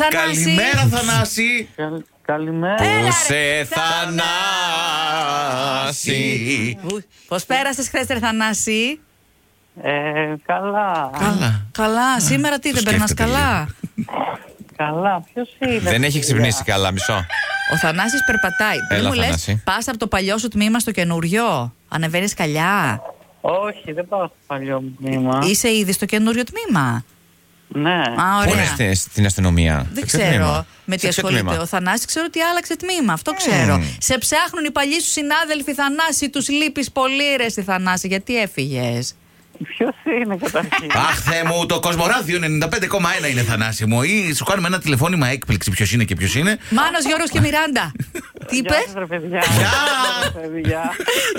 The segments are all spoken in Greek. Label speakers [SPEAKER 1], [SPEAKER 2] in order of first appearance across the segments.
[SPEAKER 1] Θανάση.
[SPEAKER 2] Καλημέρα, Θανάση!
[SPEAKER 3] Καλ- Καλημέρα.
[SPEAKER 1] Ε. Έλα, ρε,
[SPEAKER 2] Σε
[SPEAKER 1] Θανάση.
[SPEAKER 2] Θανάση!
[SPEAKER 1] Πώς πέρασες χθες, Ρε Θανάση.
[SPEAKER 3] Ε, καλά.
[SPEAKER 2] Καλά.
[SPEAKER 1] Καλά, σήμερα τι
[SPEAKER 2] το
[SPEAKER 1] δεν περνάς
[SPEAKER 2] σκέφτεται
[SPEAKER 1] καλά.
[SPEAKER 3] Καλά. Ποιος είναι.
[SPEAKER 2] Δεν έχει
[SPEAKER 3] παιδιά?
[SPEAKER 2] ξυπνήσει καλά, μισό.
[SPEAKER 1] Ο Θανάσης περπατάει. Πριν
[SPEAKER 2] Έλα,
[SPEAKER 1] μου λες,
[SPEAKER 2] Θανάση.
[SPEAKER 1] πας από το παλιό σου τμήμα στο καινούριο. Ανεβαίνεις καλιά.
[SPEAKER 3] Όχι, δεν πάω στο παλιό μου τμήμα.
[SPEAKER 1] Είσαι ήδη στο καινούριο τμήμα.
[SPEAKER 3] Ναι.
[SPEAKER 1] Α,
[SPEAKER 2] Πού είναι
[SPEAKER 1] ωραία.
[SPEAKER 2] στη- στην αστυνομία.
[SPEAKER 1] Δεν
[SPEAKER 2] Σε ποιο τμήμα?
[SPEAKER 1] ξέρω με
[SPEAKER 2] Σε
[SPEAKER 1] τι
[SPEAKER 2] ποιο
[SPEAKER 1] ασχολείται.
[SPEAKER 2] τμήμα?
[SPEAKER 1] Ο Θανάσης ξέρω ότι άλλαξε τμήμα. Αυτό ξέρω. Σε ψάχνουν οι παλιοί σου συνάδελφοι Θανάση. Τους λείπεις πολύ, ρε στη Θανάση. Γιατί έφυγες.
[SPEAKER 3] Ποιος είναι καταρχήν.
[SPEAKER 2] Αχ, Θεέ μου, το Κοσμοράδιο 95,1 είναι Θανάση μου. Ή σου κάνουμε ένα τηλεφώνημα έκπληξη ποιος είναι και ποιος είναι.
[SPEAKER 1] Μάνος Γιώργος και Μιράντα. τι
[SPEAKER 3] Γεια
[SPEAKER 1] είπες.
[SPEAKER 3] σας, ρε παιδιά.
[SPEAKER 2] Γεια.
[SPEAKER 3] Γεια σας, παιδιά.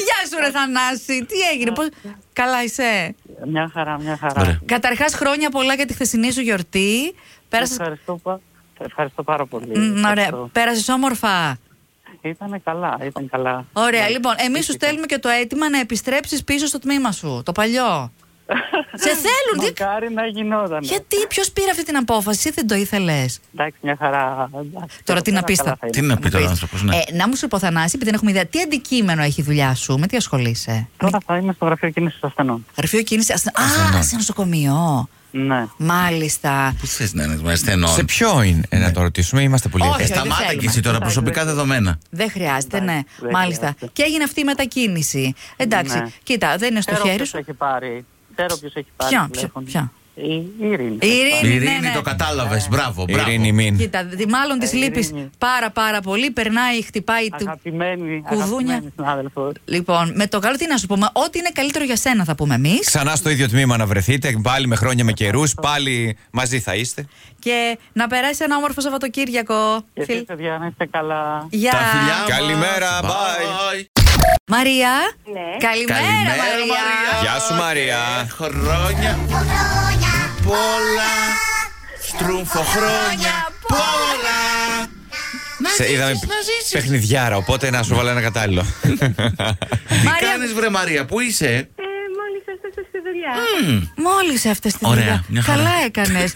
[SPEAKER 1] Γεια σου, ρε Θανάση. Τι έγινε, πώς... Καλά είσαι.
[SPEAKER 3] Μια χαρά, μια
[SPEAKER 2] Ωραία.
[SPEAKER 3] χαρά.
[SPEAKER 1] Καταρχάς, χρόνια πολλά για τη χθεσινή σου γιορτή. Πέρασες.
[SPEAKER 3] Ευχαριστώ, πα- ευχαριστώ πάρα πολύ.
[SPEAKER 1] Ωραία.
[SPEAKER 3] Ευχαριστώ.
[SPEAKER 1] Πέρασες όμορφα.
[SPEAKER 3] Ήτανε καλά, ήταν καλά.
[SPEAKER 1] Ωραία.
[SPEAKER 3] Ναι.
[SPEAKER 1] Λοιπόν, εμείς σου στέλνουμε και το αίτημα να επιστρέψεις πίσω στο τμήμα σου, το παλιό. Σε θέλουν. τι-
[SPEAKER 3] Μακάρι να γινόταν.
[SPEAKER 1] Γιατί, ποιος πήρε αυτή την απόφαση, εσύ δεν το ήθελες.
[SPEAKER 3] Εντάξει, μια χαρά. Εντάξει,
[SPEAKER 1] Τώρα τι να
[SPEAKER 3] καλά,
[SPEAKER 1] πεις,
[SPEAKER 3] καλά
[SPEAKER 1] θα-
[SPEAKER 3] θα είναι.
[SPEAKER 2] Τι να πει τώρα ο άνθρωπος, ναι.
[SPEAKER 1] Ε, να μου σου πω, Θανάση, επειδή δεν έχουμε ιδέα, τι αντικείμενο έχει η δουλειά σου, με τι ασχολείσαι.
[SPEAKER 3] Τώρα θα είμαι στο γραφείο κίνησης ασθενών.
[SPEAKER 1] Γραφείο κίνησης. Α,
[SPEAKER 2] Ασθενών.
[SPEAKER 1] σε νοσοκομείο.
[SPEAKER 3] Ναι.
[SPEAKER 1] Μάλιστα.
[SPEAKER 2] Πού θες να είναι ασθενών.
[SPEAKER 4] Σε ποιο είναι ε,
[SPEAKER 2] Ναι.
[SPEAKER 4] να το ρωτήσουμε, είμαστε πολύ
[SPEAKER 1] Όχι,
[SPEAKER 2] Ε,
[SPEAKER 4] ευκαιροί.
[SPEAKER 2] Σταμάτα
[SPEAKER 1] θέλουμε.
[SPEAKER 2] και εσύ τώρα
[SPEAKER 3] Εντάξει,
[SPEAKER 2] προσωπικά
[SPEAKER 3] εντάξει.
[SPEAKER 2] δεδομένα.
[SPEAKER 1] Δεν χρειάζεται, ναι.
[SPEAKER 3] Εντάξει, δεν
[SPEAKER 1] Μάλιστα.
[SPEAKER 3] χρειάζεται.
[SPEAKER 1] Και έγινε αυτή η μετακίνηση. Εντάξει.
[SPEAKER 3] Ναι.
[SPEAKER 1] Κοίτα, δεν είναι στο
[SPEAKER 3] Ξέρω
[SPEAKER 1] χέρι
[SPEAKER 3] ποιος
[SPEAKER 1] σου.
[SPEAKER 3] έχει πάρει. Ξέρω ποιος έχει πάρει
[SPEAKER 1] Ποια,
[SPEAKER 3] τηλέφωνο.
[SPEAKER 1] ποια,
[SPEAKER 3] Η η Ειρήνη.
[SPEAKER 1] Η Ειρήνη.
[SPEAKER 2] Η
[SPEAKER 1] ναι,
[SPEAKER 2] Ειρήνη
[SPEAKER 1] ναι.
[SPEAKER 2] το κατάλαβες. Μπράβο, μπράβο.
[SPEAKER 4] Ειρήνη μην.
[SPEAKER 1] Κοίτα, δι- μάλλον της
[SPEAKER 3] Ε,
[SPEAKER 1] λείπει
[SPEAKER 3] Ειρήνη.
[SPEAKER 1] πάρα πάρα πολύ. Περνάει, χτυπάει. Του...
[SPEAKER 3] Αγαπημένη,
[SPEAKER 1] Κουδούνια.
[SPEAKER 3] αγαπημένη συνάδελφο.
[SPEAKER 1] Λοιπόν, με το καλό τι να σου πούμε. Ό,τι είναι καλύτερο για σένα θα πούμε εμείς.
[SPEAKER 4] Ξανά στο ίδιο τμήμα να βρεθείτε, πάλι με χρόνια με καιρούς, πάλι μαζί θα είστε.
[SPEAKER 1] Ε, Και να περάσει ένα όμορφο Σαββατοκύριακο.
[SPEAKER 3] Και
[SPEAKER 1] Φιλ-
[SPEAKER 3] εσείς, παιδιά, να είστε καλά.
[SPEAKER 1] Γεια.
[SPEAKER 2] Τα φιλιά μας.
[SPEAKER 4] Καλημέρα, bye.
[SPEAKER 1] Μαρία.
[SPEAKER 3] Ναι.
[SPEAKER 1] Καλημέρα,
[SPEAKER 2] Καλημέρα,
[SPEAKER 1] Μαρία.
[SPEAKER 2] Ε, Μαρία.
[SPEAKER 4] Γεια σου, Μαρία.
[SPEAKER 2] Και Χρόνια πολλά. Στρούμφο χρόνια πολλά.
[SPEAKER 4] Σε είδαμε παιχνιδιάρα, οπότε να σου βάλω ένα κατάλληλο.
[SPEAKER 2] Τι
[SPEAKER 1] Μαρία.
[SPEAKER 2] κάνεις βρε Μαρία, πού είσαι.
[SPEAKER 5] Ε, μόλις έφτασα στη δουλειά.
[SPEAKER 1] Μόλις έφτασες τη
[SPEAKER 2] Ωραία,
[SPEAKER 1] δουλειά.
[SPEAKER 2] μια χαρά.
[SPEAKER 1] Καλά έκανες.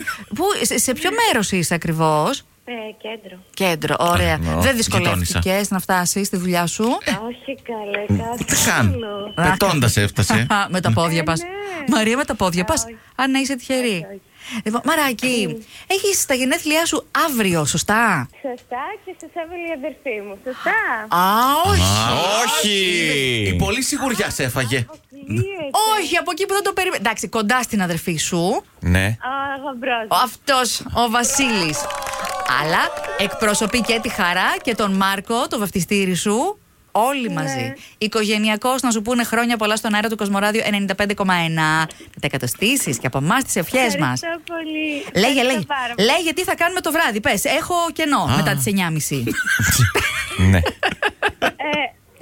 [SPEAKER 1] σε, σε ποιο μέρος είσαι ακριβώς,
[SPEAKER 5] Ε, κέντρο.
[SPEAKER 1] Κέντρο, ωραία.
[SPEAKER 2] Ναι,
[SPEAKER 1] Δεν
[SPEAKER 2] γειτόνισσα.
[SPEAKER 1] δυσκολεύτηκε να φτάσεις στη δουλειά σου.
[SPEAKER 5] Όχι καλέ, καθόλου.
[SPEAKER 2] Τι κάνω. Πετώντας έφτασε.
[SPEAKER 1] Α, με τα πόδια πας.
[SPEAKER 5] ναι.
[SPEAKER 1] Μαρία, με τα πόδια πα. Αν να είσαι τυχερή. Λοιπόν, Μαράκι, έχεις τα γενέθλιά σου αύριο, σωστά.
[SPEAKER 5] Σωστά και σα έβαλε η αδερφή μου. Σωστά.
[SPEAKER 1] Α, όχι.
[SPEAKER 2] Η
[SPEAKER 4] Όχι!
[SPEAKER 2] πολύ σιγουριά σε έφαγε.
[SPEAKER 5] Αποκλείεται.
[SPEAKER 1] Όχι, από εκεί που δεν το περίμενα. Εντάξει, κοντά στην αδερφή σου.
[SPEAKER 4] Ναι.
[SPEAKER 5] Ο γαμπρός.
[SPEAKER 1] Ο αυτός ο Βασίλης. Αλλά εκπροσωπεί και τη χαρά και τον Μάρκο, το βαφτιστήρι σου. Όλοι
[SPEAKER 5] Ναι.
[SPEAKER 1] μαζί. Οικογενειακό να σου πούνε χρόνια πολλά στον αέρα του Κοσμοράδιου 95,1. Να τα εκατοστήσεις και από εμάς τις ευχές μα.
[SPEAKER 5] Ευχαριστώ πολύ.
[SPEAKER 1] Λέγε,
[SPEAKER 5] Ευχαριστώ
[SPEAKER 1] λέγε.
[SPEAKER 5] πάρα πολύ.
[SPEAKER 1] Λέγε τι θα κάνουμε το βράδυ. Πες, έχω κενό μετά τις 9.30.
[SPEAKER 4] ναι.
[SPEAKER 5] Ε,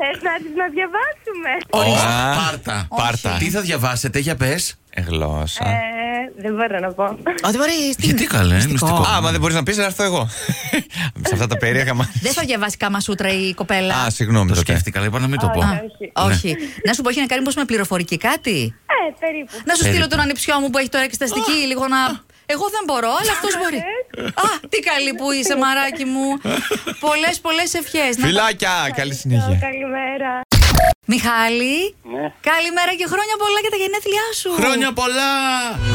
[SPEAKER 5] Θες να τις να διαβάσουμε.
[SPEAKER 2] Όχι,
[SPEAKER 4] Α,
[SPEAKER 2] πάρτα.
[SPEAKER 4] πάρτα.
[SPEAKER 2] Τι θα διαβάσετε, για πες.
[SPEAKER 4] Γλώσσα.
[SPEAKER 5] Ε, δεν μπορώ να πω.
[SPEAKER 1] Ό,τι μπορεί. τι
[SPEAKER 2] Γιατί
[SPEAKER 1] είναι.
[SPEAKER 2] καλέ, μυστικό.
[SPEAKER 4] Άμα δεν μπορείς να πεις, να έρθω εγώ. Σε αυτά τα περίεργα μα.
[SPEAKER 1] Δεν θα διαβάσει κάμα σούτρα η κοπέλα.
[SPEAKER 4] Α, συγγνώμη
[SPEAKER 2] Το
[SPEAKER 4] τότε.
[SPEAKER 2] σκέφτηκα, αλλά είπα να μην το πω. Ναι.
[SPEAKER 1] Α,
[SPEAKER 5] όχι.
[SPEAKER 1] όχι. Να σου πω, έχει να κάνει μήπως με πληροφορική κάτι.
[SPEAKER 5] Ε, περίπου.
[SPEAKER 1] Να σου
[SPEAKER 2] Περίπου.
[SPEAKER 1] στείλω τον ανιψιό μου που έχει τώρα εξεταστική λίγο να. Εγώ δεν μπορώ, αλλά αυτό μπορεί. Α, τι καλή που είσαι, μαράκι μου. Πολλές, πολλές ευχές.
[SPEAKER 4] Φιλάκια, καλή συνέχεια.
[SPEAKER 5] Καλημέρα.
[SPEAKER 1] Μιχάλη,
[SPEAKER 3] Ναι.
[SPEAKER 1] καλημέρα και χρόνια πολλά για τα γενέθλιά σου.
[SPEAKER 2] Χρόνια πολλά!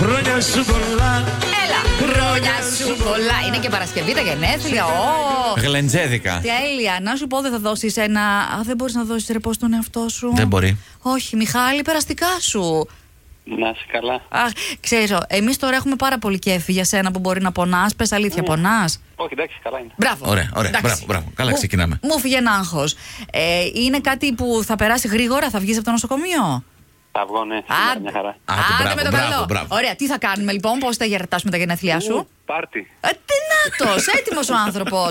[SPEAKER 6] Χρόνια σου πολλά,
[SPEAKER 1] Έλα, χρόνια σου πολλά. Είναι και Παρασκευή τα γενέθλια. Ω,
[SPEAKER 4] Γλεντζέδικα.
[SPEAKER 1] τέλεια. Να σου πω, δεν θα δώσεις ένα. Α, δεν μπορείς να δώσεις ρεπό στον εαυτό σου.
[SPEAKER 2] Δεν μπορεί.
[SPEAKER 1] Όχι, Μιχάλη, περαστικά σου.
[SPEAKER 3] Να είσαι καλά.
[SPEAKER 1] Αχ, ξέρω, εμείς τώρα έχουμε πάρα πολύ κέφι για σένα που μπορεί να πονάς. Πες αλήθεια, πονάς.
[SPEAKER 3] Όχι, εντάξει, καλά είναι.
[SPEAKER 1] Μπράβο.
[SPEAKER 2] Ωραία, ωραία.
[SPEAKER 1] Εντάξει.
[SPEAKER 2] Μπράβο, μπράβο. Καλά
[SPEAKER 1] Μου-
[SPEAKER 2] ξεκινάμε.
[SPEAKER 1] Μου φύγε ένα άγχος. Ε, είναι κάτι που θα περάσει γρήγορα, θα βγεις από το νοσοκομείο.
[SPEAKER 3] Θα βγω, ναι.
[SPEAKER 2] Άντε, μπράβο,
[SPEAKER 1] με το
[SPEAKER 2] μπράβο,
[SPEAKER 1] καλό.
[SPEAKER 2] μπράβο.
[SPEAKER 1] Ωραία, τι θα κάνουμε λοιπόν, πώς θα γιορτάσουμε τα γενέθλιά σου.
[SPEAKER 3] Πάρτι.
[SPEAKER 1] Ε, Τενάτος, έτοιμος ο άνθρωπος.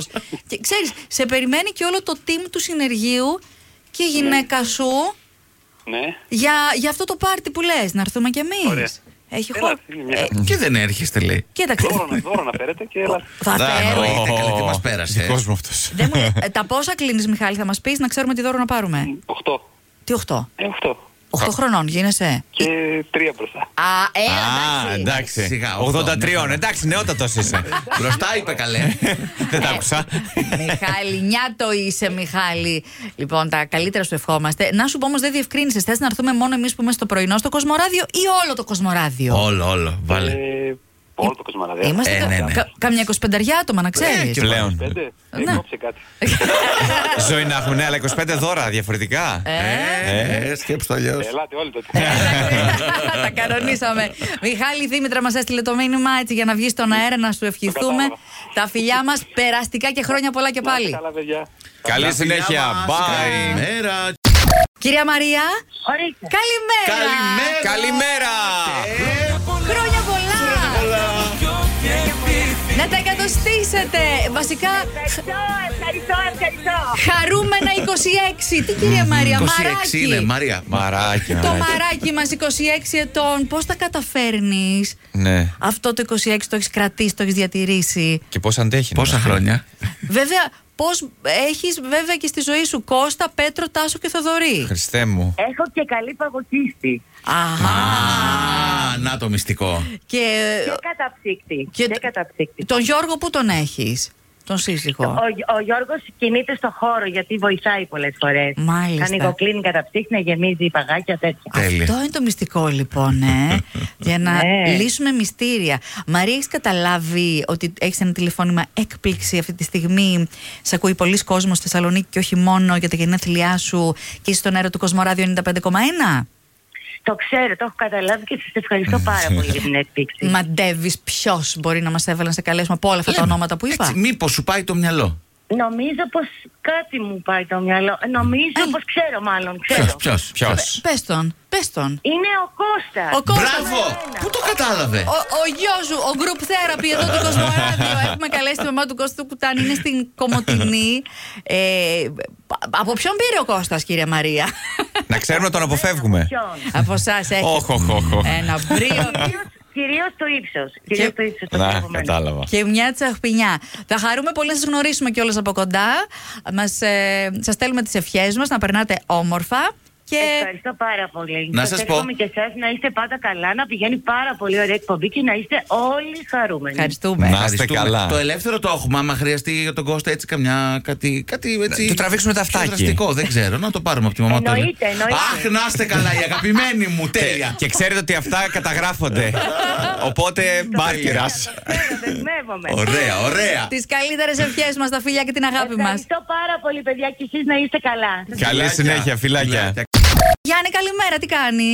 [SPEAKER 1] και ξέρεις, σε περιμένει και όλο το team του συνεργείου και η γυναίκα σου
[SPEAKER 3] Ναι.
[SPEAKER 1] για, για αυτό το πάρτι που λες. Να έρθουμε κι εμείς.
[SPEAKER 3] Ωραία.
[SPEAKER 1] Έχει
[SPEAKER 3] Έλα,
[SPEAKER 1] χώρο.
[SPEAKER 3] είναι μια-
[SPEAKER 2] Και δεν έρχεστε, λέει.
[SPEAKER 1] Κοίταξε.
[SPEAKER 3] δώρο να παίρνετε και έλα.
[SPEAKER 1] θα θέλω.
[SPEAKER 4] ναι.
[SPEAKER 2] εννοείται, καλά, τι μας πέρασε, ε.
[SPEAKER 4] Δικός μου αυτός.
[SPEAKER 1] Δεν μου λες, ε, τα πόσα κλείνεις, Μιχάλη, θα μας πεις να ξέρουμε τι δώρο να πάρουμε.
[SPEAKER 3] 8.
[SPEAKER 1] Τι 8.
[SPEAKER 3] 8.
[SPEAKER 1] 8 χρονών γίνεσαι.
[SPEAKER 3] Και τρία μπροστά.
[SPEAKER 1] Α, ε,
[SPEAKER 4] Α,
[SPEAKER 1] εντάξει.
[SPEAKER 4] εντάξει.
[SPEAKER 2] Σιγά,
[SPEAKER 4] 83.
[SPEAKER 2] ναι.
[SPEAKER 4] Εντάξει, νεότατος είσαι.
[SPEAKER 2] Μπροστά είπε καλέ.
[SPEAKER 1] Ε,
[SPEAKER 4] Δεν τα άκουσα.
[SPEAKER 1] Μιχάλη, νιάτο είσαι, Μιχάλη. Λοιπόν, τα καλύτερα σου ευχόμαστε. Να σου πω όμως, δεν διευκρίνησες. Θες να έρθουμε μόνο εμείς που είμαστε στο πρωινό στο Κοσμοράδιο ή όλο το Κοσμοράδιο.
[SPEAKER 2] όλο, όλο. Βάλε.
[SPEAKER 3] Ε, όλο το κοσμοραδέα.
[SPEAKER 1] Είμαστε
[SPEAKER 2] Ε,
[SPEAKER 1] κα-
[SPEAKER 2] ναι, ναι.
[SPEAKER 1] κα- καμιά 25 άτομα, να ξέρεις.
[SPEAKER 2] και
[SPEAKER 4] Πλέον.
[SPEAKER 3] Πέντε. Ε,
[SPEAKER 1] Ναι.
[SPEAKER 3] κόψε κάτι.
[SPEAKER 4] Ζωή να έχουν, ναι, αλλά 25 δώρα διαφορετικά.
[SPEAKER 2] Ε, ε, σκέψτε αλλιώς.
[SPEAKER 3] Ελάτε όλοι τότε.
[SPEAKER 1] Ναι. Τα κανονίσαμε. Μιχάλη η Δήμητρα μας έστειλε το μήνυμα έτσι για να βγει στον αέρα να σου ευχηθούμε.
[SPEAKER 3] κατάλαβα.
[SPEAKER 1] Τα φιλιά μας περαστικά και χρόνια πολλά και
[SPEAKER 3] Να είστε
[SPEAKER 1] πάλι.
[SPEAKER 3] Καλά, παιδιά.
[SPEAKER 4] Καλή συνέχεια. Bye.
[SPEAKER 2] Καλημέρα.
[SPEAKER 1] Κυρία Μαρία,
[SPEAKER 5] Ορίστε.
[SPEAKER 1] καλημέρα.
[SPEAKER 2] Καλημέρα.
[SPEAKER 4] Καλημέρα!
[SPEAKER 2] Ε.
[SPEAKER 1] Χρόνια πολλά. Να τα εκατοστήσετε. Βασικά,
[SPEAKER 5] Ευχαριστώ, ευχαριστώ, ευχαριστώ.
[SPEAKER 1] χαρούμενα 26. Τι κυρία Μαρία,
[SPEAKER 2] 26 είναι,
[SPEAKER 1] μαράκι.
[SPEAKER 2] ναι, Μαρία.
[SPEAKER 4] Μαράκι,
[SPEAKER 1] Το
[SPEAKER 4] μαράκι.
[SPEAKER 1] μαράκι μας 26 ετών, πώς τα καταφέρνεις
[SPEAKER 4] Ναι.
[SPEAKER 1] Αυτό το 26 το έχεις κρατήσει, το έχεις διατηρήσει
[SPEAKER 4] Και πώς αντέχει.
[SPEAKER 2] Πόσα
[SPEAKER 4] ναι.
[SPEAKER 2] χρόνια.
[SPEAKER 1] Βέβαια, πώς έχεις βέβαια και στη ζωή σου Κώστα, Πέτρο, Τάσο και Θοδωρή.
[SPEAKER 4] Χριστέ μου.
[SPEAKER 5] Έχω και καλή παγωγίστη
[SPEAKER 1] Αχα.
[SPEAKER 2] Α, να το μυστικό.
[SPEAKER 1] Και,
[SPEAKER 5] και καταψύκτη.
[SPEAKER 1] και
[SPEAKER 5] Και,
[SPEAKER 1] το-
[SPEAKER 5] καταψύκτη.
[SPEAKER 1] τον Γιώργο που τον έχεις, τον σύζυγο.
[SPEAKER 5] Ο, Γι- ο Γιώργος κινείται στο χώρο γιατί βοηθάει πολλές φορές.
[SPEAKER 1] Μάλιστα.
[SPEAKER 5] Ανοιγοκλίνει καταψύκτη να γεμίζει παγάκια τέτοια.
[SPEAKER 2] Τέλεια.
[SPEAKER 1] Αυτό είναι το μυστικό λοιπόν, ε, για να
[SPEAKER 5] Ναι.
[SPEAKER 1] λύσουμε μυστήρια. Μαρία, έχεις καταλάβει ότι έχεις ένα τηλεφώνημα έκπληξη αυτή τη στιγμή. Σε ακούει πολλοί κόσμος στη Θεσσαλονίκη και όχι μόνο για τα γενέθλιά σου και είσαι στον αέρα του Κοσμοράδιο 95,1.
[SPEAKER 5] Το ξέρω, το έχω καταλάβει και σας ευχαριστώ πάρα πολύ για την έκπληξη.
[SPEAKER 1] Μαντεύεις ποιος μπορεί να μας έβαλε να σε καλέσουμε από όλα αυτά τα ονόματα που είπα.
[SPEAKER 2] Μήπως σου πάει το μυαλό.
[SPEAKER 5] Νομίζω πως κάτι μου πάει το μυαλό. Νομίζω
[SPEAKER 1] Ε.
[SPEAKER 5] πως ξέρω, μάλλον
[SPEAKER 2] Ποιο,
[SPEAKER 5] ξέρω.
[SPEAKER 2] ποιος.
[SPEAKER 4] Ποιος.
[SPEAKER 1] Πε τον, πες τον.
[SPEAKER 5] Είναι ο Κώστας
[SPEAKER 1] Ο Κώστας.
[SPEAKER 2] Μπράβο! Πού το κατάλαβε.
[SPEAKER 1] Ο, ο γιος σου, ο group therapy εδώ του Κοσμοράδιο. Έχουμε καλέσει τη μαμά του Κώστα του Κουτάνη. Είναι στην Κομωτινή. Ε, πα- από ποιον πήρε ο Κώστας κύριε Μαρία.
[SPEAKER 4] Να ξέρουμε να τον αποφεύγουμε.
[SPEAKER 5] Ποιον.
[SPEAKER 1] από εσάς έχει.
[SPEAKER 4] Όχ, όχ, όχ, όχ.
[SPEAKER 1] Ένα μπρίο
[SPEAKER 5] Κυρίως το ύψος. Κυρίως το ύψος.
[SPEAKER 4] Να, κατάλαβα.
[SPEAKER 1] και μια τσαχπινιά. Θα χαρούμε πολύ να σας γνωρίσουμε κιόλας από κοντά. Μας, ε, σας στέλνουμε τις ευχές μας, να περνάτε όμορφα. Και
[SPEAKER 5] Ευχαριστώ πάρα πολύ.
[SPEAKER 2] Ε, Να
[SPEAKER 5] Σας
[SPEAKER 2] σας πω.
[SPEAKER 5] εύχομαι και εσάς να είστε πάντα καλά, να πηγαίνει πάρα πολύ ωραία εκπομπή και να είστε όλοι χαρούμενοι.
[SPEAKER 1] ευχαριστούμε.
[SPEAKER 4] Να είστε
[SPEAKER 2] Ευχαριστούμε.
[SPEAKER 4] καλά.
[SPEAKER 2] Το ελεύθερο το έχουμε. Άμα χρειαστεί για τον Κώστα έτσι καμιά. Κάτι, κάτι έτσι.
[SPEAKER 4] Να του τραβήξουμε τα
[SPEAKER 2] πιο
[SPEAKER 4] αυτάκια.
[SPEAKER 2] δραστικό, δεν ξέρω. Να το πάρουμε από τη μαμά του.
[SPEAKER 5] Εννοείται, εννοείται.
[SPEAKER 2] Αχ, να είστε καλά, η αγαπημένη μου. Τέλεια.
[SPEAKER 4] Και ξέρετε ότι αυτά καταγράφονται. Οπότε μπάρκερα.
[SPEAKER 5] Ξέρω, δεσμεύομαι.
[SPEAKER 2] Ωραία, ωραία.
[SPEAKER 1] Τις καλύτερες ευχές μας, τα φίλια και την αγάπη μας.
[SPEAKER 5] Ευχαριστώ πάρα πολύ, παιδιά, και εσείς να είστε καλά.
[SPEAKER 4] Καλή συνέχεια, φυλάκια.
[SPEAKER 1] Γιάννη, καλημέρα, τι κάνεις.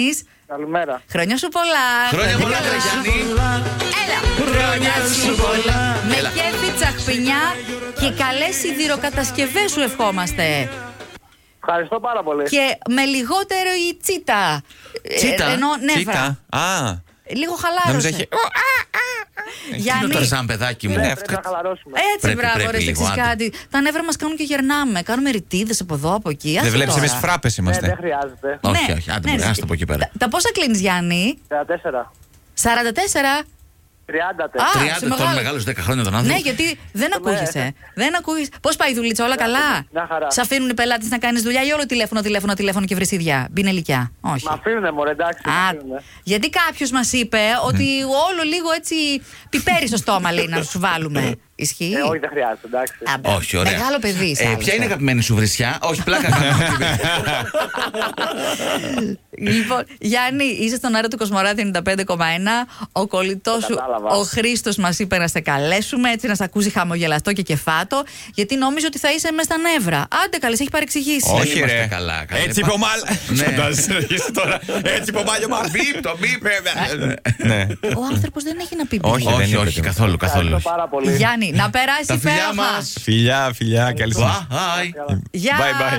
[SPEAKER 7] Καλημέρα.
[SPEAKER 1] Χρόνια σου πολλά.
[SPEAKER 2] Χρόνια
[SPEAKER 1] Να
[SPEAKER 2] πολλά,
[SPEAKER 1] καλά.
[SPEAKER 2] ρε Γιάννη.
[SPEAKER 1] Έλα.
[SPEAKER 2] Χρόνια σου πολλά.
[SPEAKER 1] Με
[SPEAKER 2] Έλα.
[SPEAKER 1] κέφι, τσαχπινιά και καλές σιδηροκατασκευές σου ευχόμαστε.
[SPEAKER 7] Ευχαριστώ πάρα πολύ.
[SPEAKER 1] Και με λιγότερο η τσίτα. Ε,
[SPEAKER 2] Τσίτα?
[SPEAKER 1] Ενώ νεύρα.
[SPEAKER 4] Κοίτα. Α,
[SPEAKER 1] Λίγο
[SPEAKER 4] νόμιζα
[SPEAKER 1] χαλάρωσε.
[SPEAKER 4] έχει.
[SPEAKER 2] Τι είναι
[SPEAKER 1] Γιάννη.
[SPEAKER 2] τώρα σαν παιδάκι μου.
[SPEAKER 4] Ναι,
[SPEAKER 7] Πρέπει να χαλαρώσουμε.
[SPEAKER 1] Έτσι,
[SPEAKER 2] Πρέπει,
[SPEAKER 1] μπράβο,
[SPEAKER 2] πρέπει
[SPEAKER 1] ρε,
[SPEAKER 2] λίγο,
[SPEAKER 1] εσύ
[SPEAKER 2] άντε.
[SPEAKER 1] κάτι. Τα νεύρα μας κάνουν και γερνάμε. Κάνουμε ρητίδες από εδώ, από εκεί. Άσε
[SPEAKER 4] Δεν βλέπεις,
[SPEAKER 1] τώρα.
[SPEAKER 4] εμείς φράπες
[SPEAKER 7] Ναι, δεν
[SPEAKER 4] είμαστε.
[SPEAKER 7] χρειάζεται.
[SPEAKER 2] Όχι,
[SPEAKER 1] Ναι,
[SPEAKER 2] όχι, άντε,
[SPEAKER 1] ναι,
[SPEAKER 2] μωρέ,
[SPEAKER 1] ρε,
[SPEAKER 2] άστο από εκεί πέρα.
[SPEAKER 1] Τα, τα πόσα κλείνεις, Γιάννη.
[SPEAKER 7] 34.
[SPEAKER 1] 44.
[SPEAKER 7] 30.
[SPEAKER 1] Α,
[SPEAKER 2] 30
[SPEAKER 1] σε
[SPEAKER 2] τον
[SPEAKER 1] μεγάλο.
[SPEAKER 2] μεγάλο 10 χρόνια τον άνθρωπο.
[SPEAKER 1] Ναι, γιατί δεν ακούγεσαι. δεν ακούγεσαι. Πώς πάει η δουλίτσα, όλα καλά.
[SPEAKER 7] μια χαρά.
[SPEAKER 1] Σε αφήνουν οι πελάτες να κάνεις δουλειά ή όλο τηλέφωνο, τηλέφωνο, τηλέφωνο και βρεσίδια. Μπινελικιά. Όχι.
[SPEAKER 7] Μα αφήνουνε μωρέ, εντάξει. μ'
[SPEAKER 1] Α,
[SPEAKER 7] αφήνουνε.
[SPEAKER 1] γιατί κάποιος μας είπε ότι
[SPEAKER 2] Ναι.
[SPEAKER 1] όλο λίγο έτσι πιπέρι στο στόμα λέει να σου βάλουμε. Ισχύει.
[SPEAKER 7] Ε, όχι, δεν χρειάζεται, εντάξει.
[SPEAKER 1] Α,
[SPEAKER 2] Όχι, ωραία.
[SPEAKER 1] Μεγάλο παιδί.
[SPEAKER 2] Ε, ποια είναι η αγαπημένη σου βρισιά, Όχι, πλάκα.
[SPEAKER 1] Λοιπόν, Γιάννη, είσαι στον αέρα του Κοσμοράδη 95,1. Ο κολλητός σου,
[SPEAKER 7] κατάλαβα.
[SPEAKER 1] ο Χρήστος, μας είπε να σε καλέσουμε, έτσι να σε ακούσει χαμογελαστό και κεφάτο, γιατί νόμιζε ότι θα είσαι μέσα στα νεύρα. Άντε, καλέ, έχει παρεξηγήσει.
[SPEAKER 2] Όχι,
[SPEAKER 4] Όχι,
[SPEAKER 2] είμαστε
[SPEAKER 4] ρε.
[SPEAKER 2] καλά, καλά.
[SPEAKER 4] Έτσι είπε ο Μάλ.
[SPEAKER 2] Ναι.
[SPEAKER 4] Φαντάζεσαι να αρχίσει τώρα. Έτσι είπε ο Μάλ. ο Μάλ.
[SPEAKER 2] Μπίπ, το μπίπ.
[SPEAKER 1] Ε,
[SPEAKER 4] Ναι.
[SPEAKER 1] Ο άνθρωπος δεν έχει να πει
[SPEAKER 4] Όχι,
[SPEAKER 1] μπίπ.
[SPEAKER 4] δεν
[SPEAKER 2] Όχι,
[SPEAKER 4] είπε
[SPEAKER 2] όχι,
[SPEAKER 4] τίποτα.
[SPEAKER 2] καθόλου, καθόλου.
[SPEAKER 7] Ευχαριστώ
[SPEAKER 2] όχι.
[SPEAKER 7] πάρα πολύ.
[SPEAKER 1] Γιάννη, να περάσει
[SPEAKER 2] Τα φιλιά
[SPEAKER 1] υπέροχα.
[SPEAKER 2] μας.
[SPEAKER 4] Φιλιά, φιλιά, καλή συνέχεια.
[SPEAKER 2] Bye.
[SPEAKER 1] Γεια.
[SPEAKER 4] Bye, bye.